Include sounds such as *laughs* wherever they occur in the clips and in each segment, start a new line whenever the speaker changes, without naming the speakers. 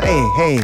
Hey,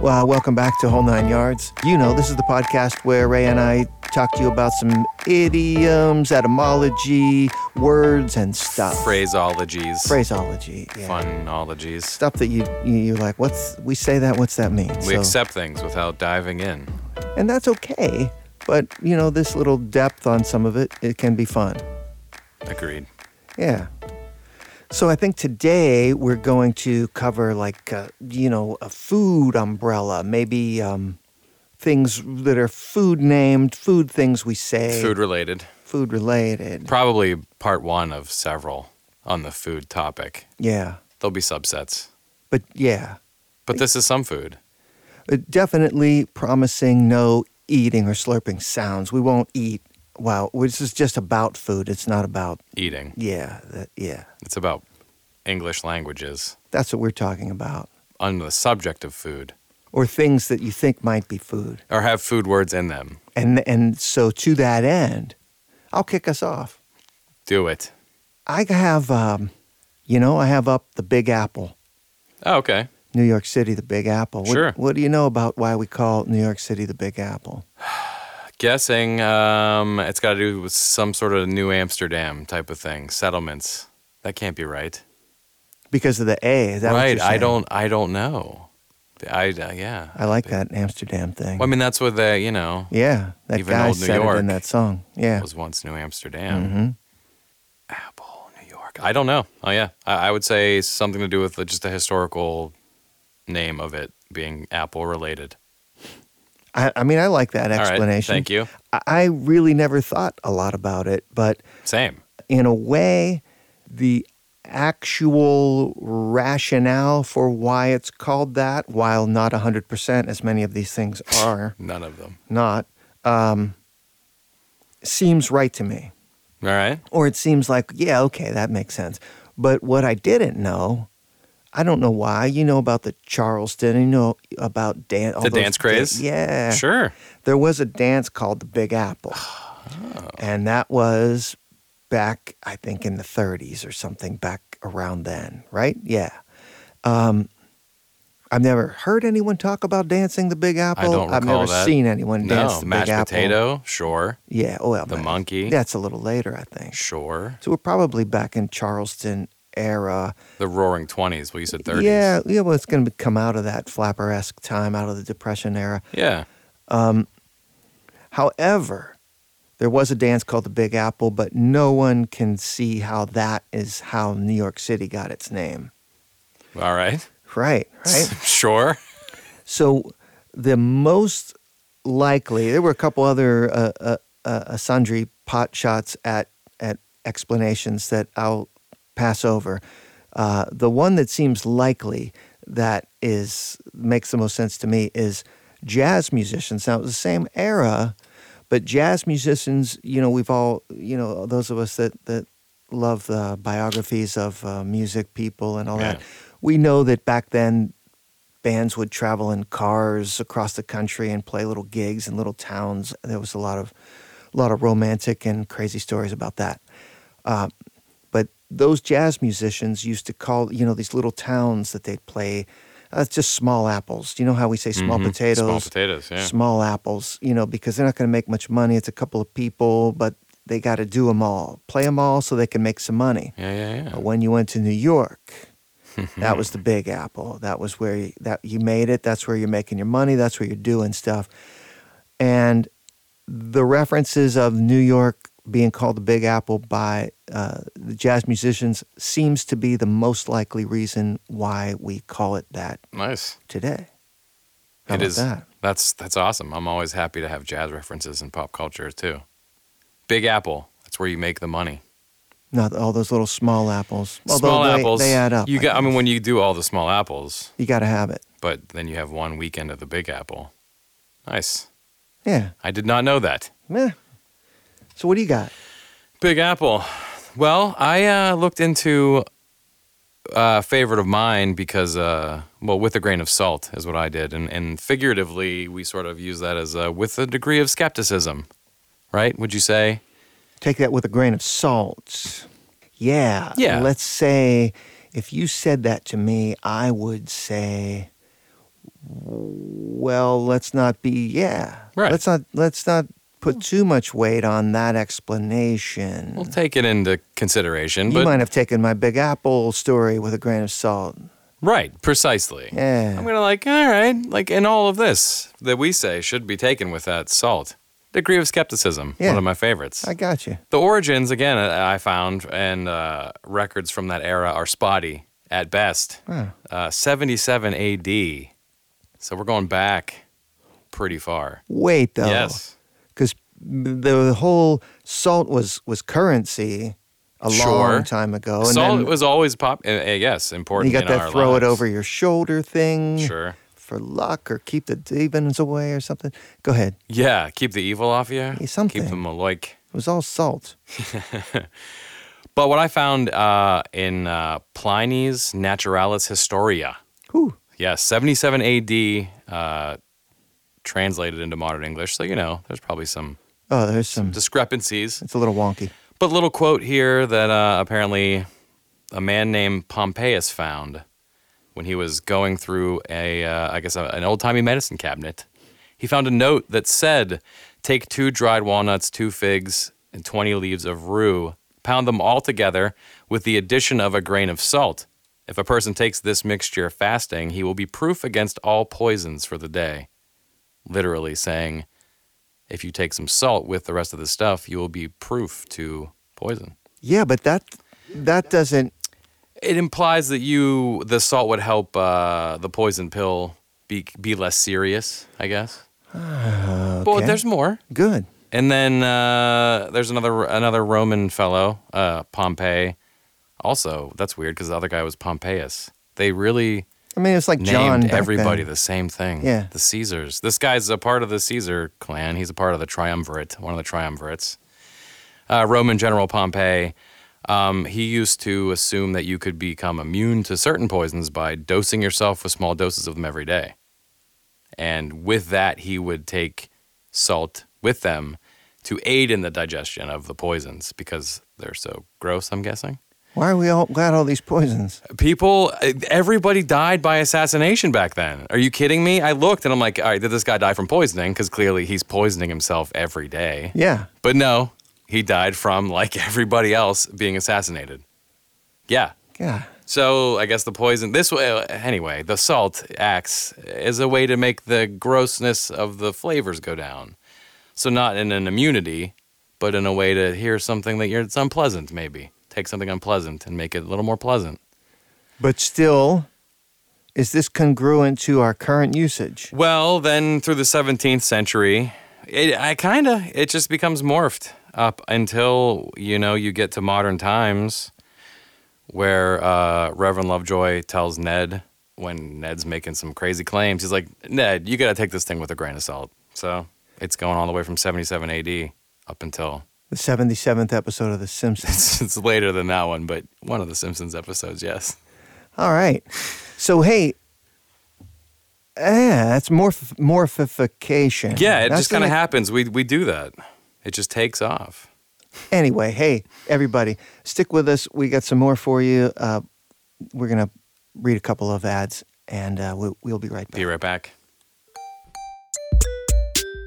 well, welcome back to Whole Nine Yards. You know, this is the podcast where Ray and I talk to you about some idioms, etymology, words, and stuff.
phraseologies,
Phraseology. Yeah.
funologies.
Stuff that you, you- you're like, what's, we say that, what's that mean?
We accept things without diving in.
And that's okay. But, you know, this little depth on some of it, it can be fun.
Agreed.
Yeah. So I think today we're going to cover like uh, you know a food umbrella, maybe um, things that are food named, food things we say,
Food related.
food related.
Probably part one of several on the food topic.
Yeah,
There'll be subsets.
but yeah,
But this is some food.
Uh, definitely promising no eating or slurping sounds. We won't eat. Wow, this is just about food. It's not about
Eating.
yeah, that, yeah.
It's about English languages.
That's what we're talking about,
On the subject of food.
or things that you think might be food.
Or have food words in them.
And and so to that end, I'll kick us off.
Do it.
I have, um, you know, I have up the Big Apple,
Oh, okay.
New York City, the Big Apple. What,
Sure.
What do you know about why we call New York City the Big Apple?
Guessing um, it's got to do with some sort of New Amsterdam type of thing. Settlements. That can't be right.
Because of the A. Is that what
right.
you're
I
saying?
don't. I don't know. I uh, yeah.
I like that Amsterdam thing.
Well, I mean, that's what the you know
yeah, that
even
guy
old New
said it
York
in that song. Yeah. Mm-hmm.
was once New Amsterdam. Apple, New York. I don't know. Oh yeah, I, I would say something to do with the- just the historical name of it being Apple related.
I, I mean, I like that
All right.
explanation.
Thank you.
I, I really never thought a lot about it, but
Same.
in a way, the actual rationale for why it's called that, while not 100%, as many of these things are
None of them.
not, um, seems right to me.
All right.
Or it seems like, yeah, okay, that makes sense. But what I didn't know, I don't know why. You know about the Charleston, you know about dance.
The dance craze?
yeah.
Sure.
There was a dance called the Big
*sighs*
Apple. And that was back, I think, in the 30s or something, back around then, right? Yeah. Um, I've never heard anyone talk about dancing the Big Apple.
don't
have
recall
never
that.
seen anyone dance
No.
the
Mashed
Big Apple.
potato. Sure.
Yeah, oh, well,
The
man,
monkey.
That's a little later, I think.
Sure.
So we're probably back in Charleston era.
The Roaring Twenties. Well, you said thirties.
Yeah, yeah. Well, it's going to come out of that flapper-esque time, out of the Depression era.
Yeah.
However, there was a dance called the Big Apple, but no one can see how that is how New York City got its name.
All right.
Right, right.
*laughs* sure.
so the most likely, there were a couple other uh, uh, uh, sundry pot shots at, at explanations that I'll pass over. Uh, the one that seems likely that is makes the most sense to me is jazz musicians. Now it was the same era, but jazz musicians, you know, we've all, you know, those of us that that love the biographies of uh, music people and all that,
Yeah.
we know that back then bands would travel in cars across the country and play little gigs in little towns. There was a lot of a lot of romantic and crazy stories about that Uh, but those jazz musicians used to call you know these little towns that they'd play uh, just small apples you know how we say small
Mhm.
potatoes
Small potatoes. Yeah.
small apples you know because they're not going to make much money it's a couple of people but they got to do them all play them all so they can make some money
yeah. Yeah. Yeah.
but when you went to new
*laughs*
york that was the big apple that was where you, that you made it that's where you're making your money that's where you're doing stuff and the references of New York being called the Big Apple by uh, the jazz musicians seems to be the most likely reason why we call it that
Nice.
today. How about
It is.
that?
That's that's awesome. I'm always happy to have jazz references in pop culture too. Big Apple. That's where you make the money.
Not all those little small apples. Although
small
they,
apples.
They add up.
You got. I mean,
guess.
when you do all the small apples,
you got to have it.
but then you have one weekend of the Big Apple. Nice.
Yeah.
I did not know that.
Meh. So what do you got?
Big Apple. Well, I uh, looked into a favorite of mine because, uh, well, with a grain of salt is what I did. And, and figuratively, we sort of use that as uh, with a degree of skepticism, right? Would you say?
Take that with a grain of salt. Yeah.
Yeah.
Let's say if you said that to me, I would say, well, let's not be yeah.
Right. Hmm.
Let's not let's not put too much weight on that explanation.
We'll take it into consideration,
you
but
might have taken my Big Apple story with a grain of salt.
right, precisely.
Yeah.
I'm gonna like, all right, like in all of this that we say should be taken with that salt. Degree of skepticism,
Yeah.
one of my favorites.
I got you.
the origins, again, uh, I I found, and uh, records from that era are spotty at best.
Huh.
Uh, 77 AD. So we're going back pretty far.
Wait though.
Yes.
because the whole salt was was currency a
Sure.
long time ago. Oh, And
Salt
then
was always pop. Uh, uh, yes,
you
important.
got
in
that
our
throw
lives.
it over your shoulder thing
Sure.
for luck or keep the demons away or something. Go ahead.
Yeah, keep the evil off you.
something.
Keep them alike.
It was all salt.
But what I found uh, in uh, Pliny's Naturalis Historia,
Whew.
yeah, 77 AD, uh, translated into modern English. So, you know, there's probably some
Oh, there's some.
discrepancies.
It's a little wonky.
But little quote here that uh, apparently a man named Pompeius found when he was going through a, uh, I guess, a, an old timey medicine cabinet. He found a note that said, "Take two dried walnuts, two figs, and twenty leaves of rue. Pound them all together with the addition of a grain of salt. If a person takes this mixture fasting, he will be proof against all poisons for the day." Literally saying, if you take some salt with the rest of the stuff, you will be proof to poison.
Yeah, but that that doesn't.
It implies that you the salt would help uh, the poison pill be be less serious, I guess.
Okay.
But there's more.
good.
And then uh, there's another another Roman fellow, uh, Pompey. Also, that's weird because the other guy was Pompeius. They really
I mean, it's like John.
named
back
everybody
then.
the same thing.
Yeah.
The Caesars. This guy's a part of the Caesar clan. He's a part of the triumvirate, one of the triumvirates. Uh, Roman general Pompey, um, he used to assume that you could become immune to certain poisons by dosing yourself with small doses of them every day. And with that, he would take salt with them to aid in the digestion of the poisons because they're so gross, I'm guessing.
Why are we all got all these poisons?
People, uh, everybody died by assassination back then. Are you kidding me? I looked and I'm like, all right, did this guy die from poisoning? Because clearly he's poisoning himself every day.
Yeah.
But no, he died from, like *laughs* everybody else, being assassinated. Yeah.
Yeah.
So I guess the poison, this way, uh, anyway, the salt acts as a way to make the grossness of the flavors go down. So not in an immunity, but in a way to hear something that you're, it's unpleasant, maybe. Take something unpleasant and make it a little more pleasant.
But still, is this congruent to our current usage?
Well, then through the 17th century, it, I kind of it just becomes morphed up until you know you get to modern times, where uh, Reverend Lovejoy tells Ned when Ned's making some crazy claims, he's like, Ned, you got to take this thing with a grain of salt. So it's going all the way from 77 A.D. up until *laughs*
The 77th episode of The Simpsons.
it's, it's later than that one, but one of the Simpsons episodes, yes.
All right. So hey, yeah, that's morph- morphification.
Yeah, it
That's
just kind of
like-
happens. We we do that. It just takes off.
Anyway, hey everybody, stick with us. We got some more for you. Uh, we're gonna read a couple of ads, and uh, we- we'll be right back.
Be right back.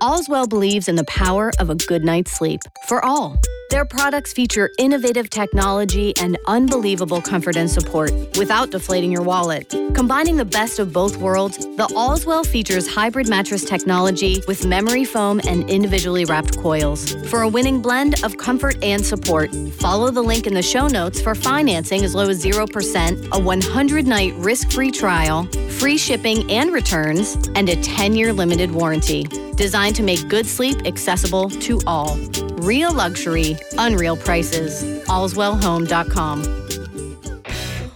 Allswell believes in the power of a good night's sleep for all. Their products feature innovative technology and unbelievable comfort and support without deflating your wallet. Combining the best of both worlds, the Allswell features hybrid mattress technology with memory foam and individually wrapped coils for a winning blend of comfort and support. Follow the link in the show notes for financing as low as 0%, a 100 night risk free trial, free shipping and returns, and a 10 year limited warranty. Designed to make good sleep accessible to all. Real luxury, unreal prices. AllswellHome.com.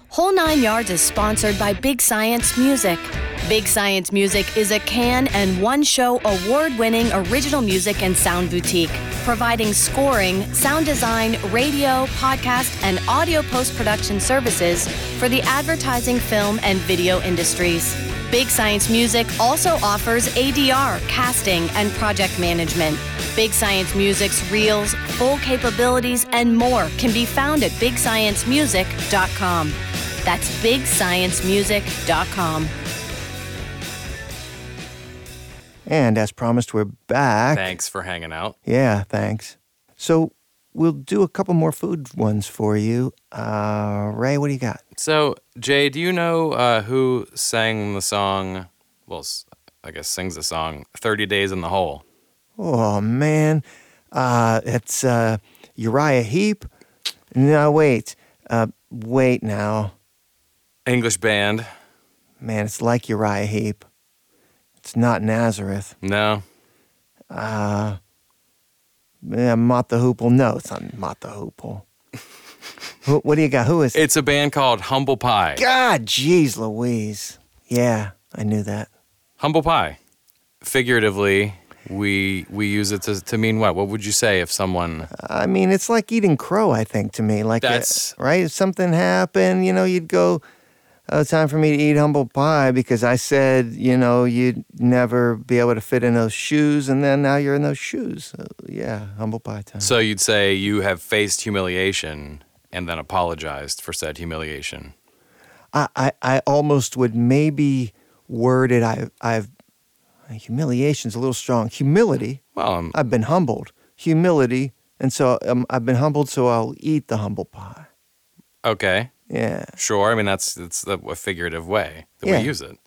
Whole Nine Yards is sponsored by Big Science Music. Big Science Music is a can and one show award winning original music and sound boutique, providing scoring, sound design, radio, podcast, and audio post production services for the advertising, film, and video industries. Big Science Music also offers ADR, casting, and project management. Big Science Music's reels, full capabilities, and more can be found at BigScienceMusic.com. That's BigScienceMusic.com.
And as promised, we're back.
Thanks for hanging out.
Yeah, thanks. So we'll do a couple more food ones for you. Uh, Ray, what do you got?
So, Jay, do you know uh, who sang the song? Well, s- I guess sings the song "30 Days in the Hole."
Oh man, uh, it's uh, Uriah Heep. No, wait, uh, wait now,
English band?
man. It's like Uriah Heep. It's not Nazareth.
No.
Uh, yeah, Mott the Hoople. No, it's not Mott the Hoople. Who, what do you got? Who is
It's a band called Humble Pie.
God, jeez, Louise. Yeah, I knew that.
Humble pie. Figuratively, we we use it to, to mean what? What would you say if someone
I mean, it's like eating crow. I think to me, like uh,
That's-
right. If something happened, you know, you'd go. Oh, it's time for me to eat humble pie because I said, you know, you'd never be able to fit in those shoes, and then now you're in those shoes. So, yeah, humble pie time.
so you'd say you have faced humiliation and then apologized for said humiliation.
I, I, I almost would maybe word it. I, I've humiliation's a little strong. Humility.
Well, um,
I've been humbled. Humility, and so um, I've been humbled. So I'll eat the humble pie.
okay,
Yeah.
sure. I mean, that's that's the, a figurative way that
Yeah.
we use it.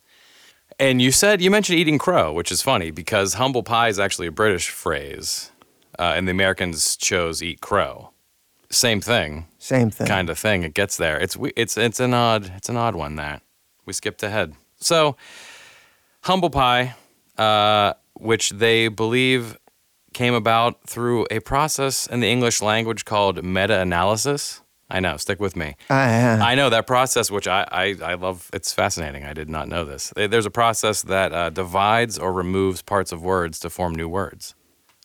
And you said you mentioned eating crow, which is funny because humble pie is actually a British phrase, uh, and the Americans chose eat crow. Same thing.
Same thing.
kind of thing. It gets there. It's we- it's it's an odd it's an odd one that we skipped ahead. So, humble pie, uh, which they believe came about through a process in the English language called meta-analysis. I know. Stick with me.
I, uh,
I know that process, which I, I, I love. It's fascinating. I did not know this. There- There's a process that uh, divides or removes parts of words to form new words.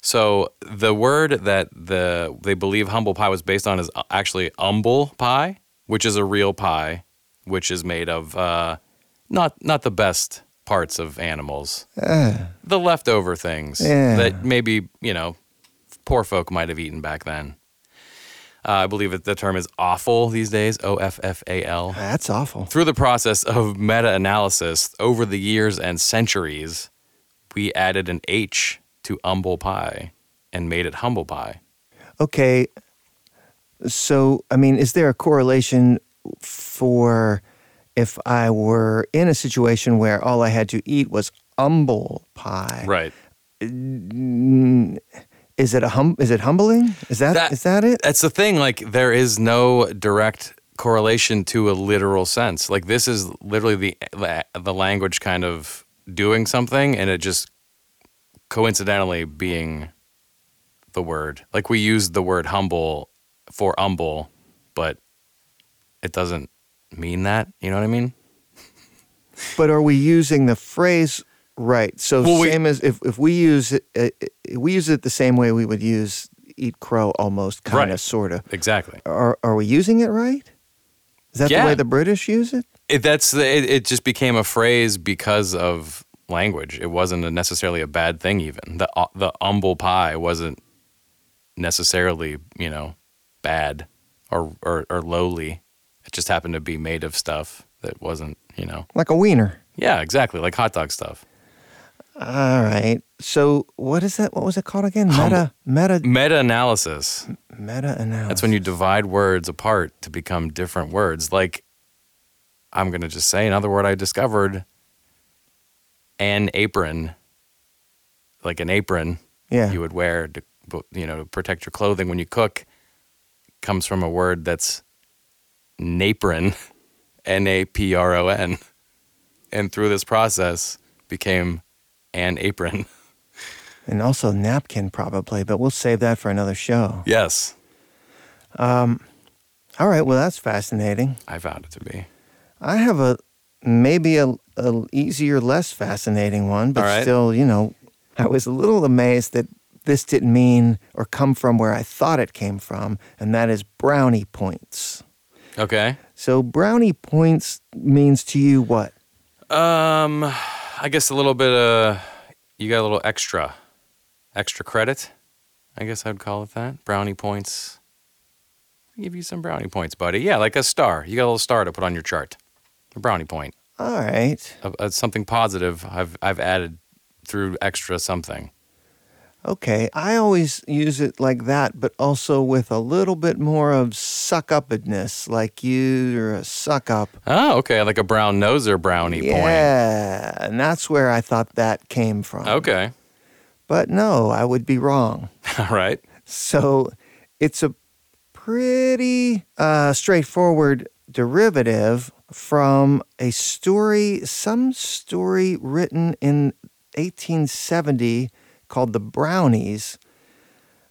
So the word that the they believe humble pie was based on is uh, actually humble pie, which is a real pie, which is made of uh, not not the best parts of animals, the leftover things
Yeah.
that maybe you know poor folk might have eaten back then. Uh, I believe that the term is awful these days. O F F A L.
that's awful.
Through the process of meta analysis over the years and centuries, we added an H to humble pie and made it humble pie.
Okay. So, I mean, is there a correlation for if I were in a situation where all I had to eat was humble pie?
Right.
Is it a hum? Is it humbling? Is that,
That- eh
is that it?
That's the thing. Like, there is no direct correlation to a literal sense. Like, this is literally the the language kind of doing something, and it just coincidentally being the word. Like, we used the word humble for humble, but it doesn't mean that. You know what I mean?
But are we using the phrase right? So
Well, we-
same as if, if we use it, uh, we use it the same way we would use eat crow, almost kind
Right.
of, sort of.
Exactly.
Are are we using it right? Is that
Yeah.
the way the British use it?
It, that's the, it, it. Just became a phrase because of language. It wasn't a necessarily a bad thing. Even the uh, the humble pie wasn't necessarily you know bad or, or or lowly. It just happened to be made of stuff that wasn't you know.
Like a wiener.
Yeah, exactly. Like hot dog stuff.
All right. So what is that? What was it called again? Meta meta
Meta analysis.
meta analysis.
That's when you divide words apart to become different words. Like, I'm going to just say another word I discovered an apron. Like an apron
yeah.
you would wear to, you know, to protect your clothing when you cook comes from a word that's napron, *laughs* N A P R O N. And through this process became an apron. *laughs*
and also napkin probably, but we'll save that for another show.
Yes,
All right. Well, that's fascinating.
I found it to be.
I have a maybe a, a easier, less fascinating one, but
All right.
still, you know, I was a little amazed that this didn't mean or come from where I thought it came from, and that is brownie points.
Okay.
So brownie points means to you what?
Um, I guess a little bit of you got a little extra, extra credit. I guess I'd call it that. Brownie points. Give you some brownie points, buddy. Yeah, like a star. You got a little star to put on your chart. A brownie point.
All right.
A, a- something positive I've I've added through extra something.
Okay, I always use it like that, but also with a little bit more of suck upness, like you're a suck up.
Oh, okay, like a brown noser brownie
Yeah, and that's where I thought that came from.
point. Okay, *laughs*
But no, I would be wrong.
all right.
So it's a pretty uh, straightforward derivative from a story, some story written in 1870 called The Brownies.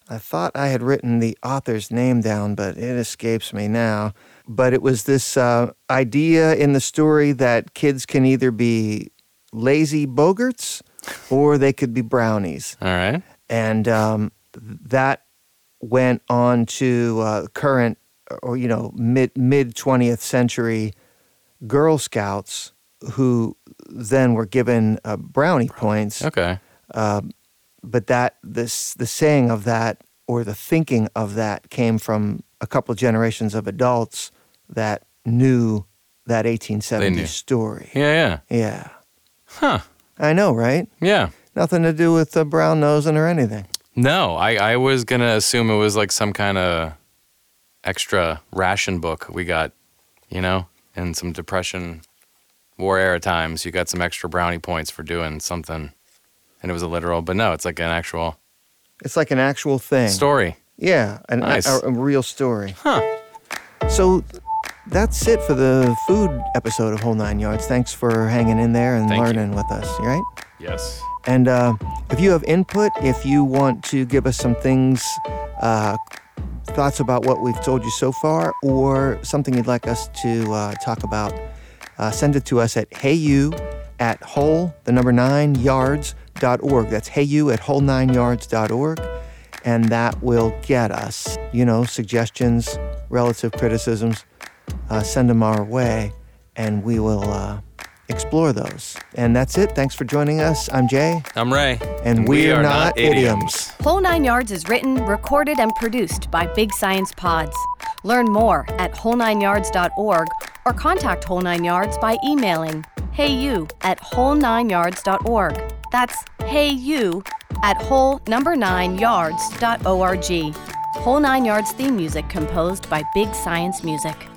I thought I had written the author's name down, but it escapes me now. But it was this uh, idea in the story that kids can either be lazy bogarts or they could be brownies
All right.
and um, that went on to uh, current or you know mid mid 20th century Girl Scouts who then were given uh, brownie points.
Okay.
But that this the saying of that or the thinking of that came from a couple generations of adults that knew that 1870
knew.
story.
Yeah, yeah.
Yeah,
Huh.
I know, right?
Yeah.
Nothing to do with the brown nosing or anything.
No, I, I was going to assume it was like some kind of extra ration book we got, you know, in some Depression war era times. You got some extra brownie points for doing something. And it was a literal, but no, it's like an actual
It's like an actual thing.
story.
Yeah, an,
Nice.
a, a real story.
Huh.
So that's it for the food episode of Whole Nine Yards. Thanks for hanging in there and
Thank you.
learning with us, all right?
Yes.
And uh, if you have input, if you want to give us some things, uh, thoughts about what we've told you so far, or something you'd like us to uh, talk about, uh, send it to us at heyu at whole, the number nine yards dot org. That's heyu at whole nine yards dot org. And that will get us, you know, suggestions, relative criticisms, uh, send them our way, and we will uh, explore those. And that's it. Thanks for joining us. I'm Jay.
I'm Ray.
And we are not idioms.
Whole Nine Yards is written, recorded, and produced by Big Science Pods. Learn more at whole9yards.org or contact Whole Nine Yards by emailing heyu at whole9yards.org. That's heyu at whole number nine yards dot org. Whole Nine Yards theme music composed by Big Science Music.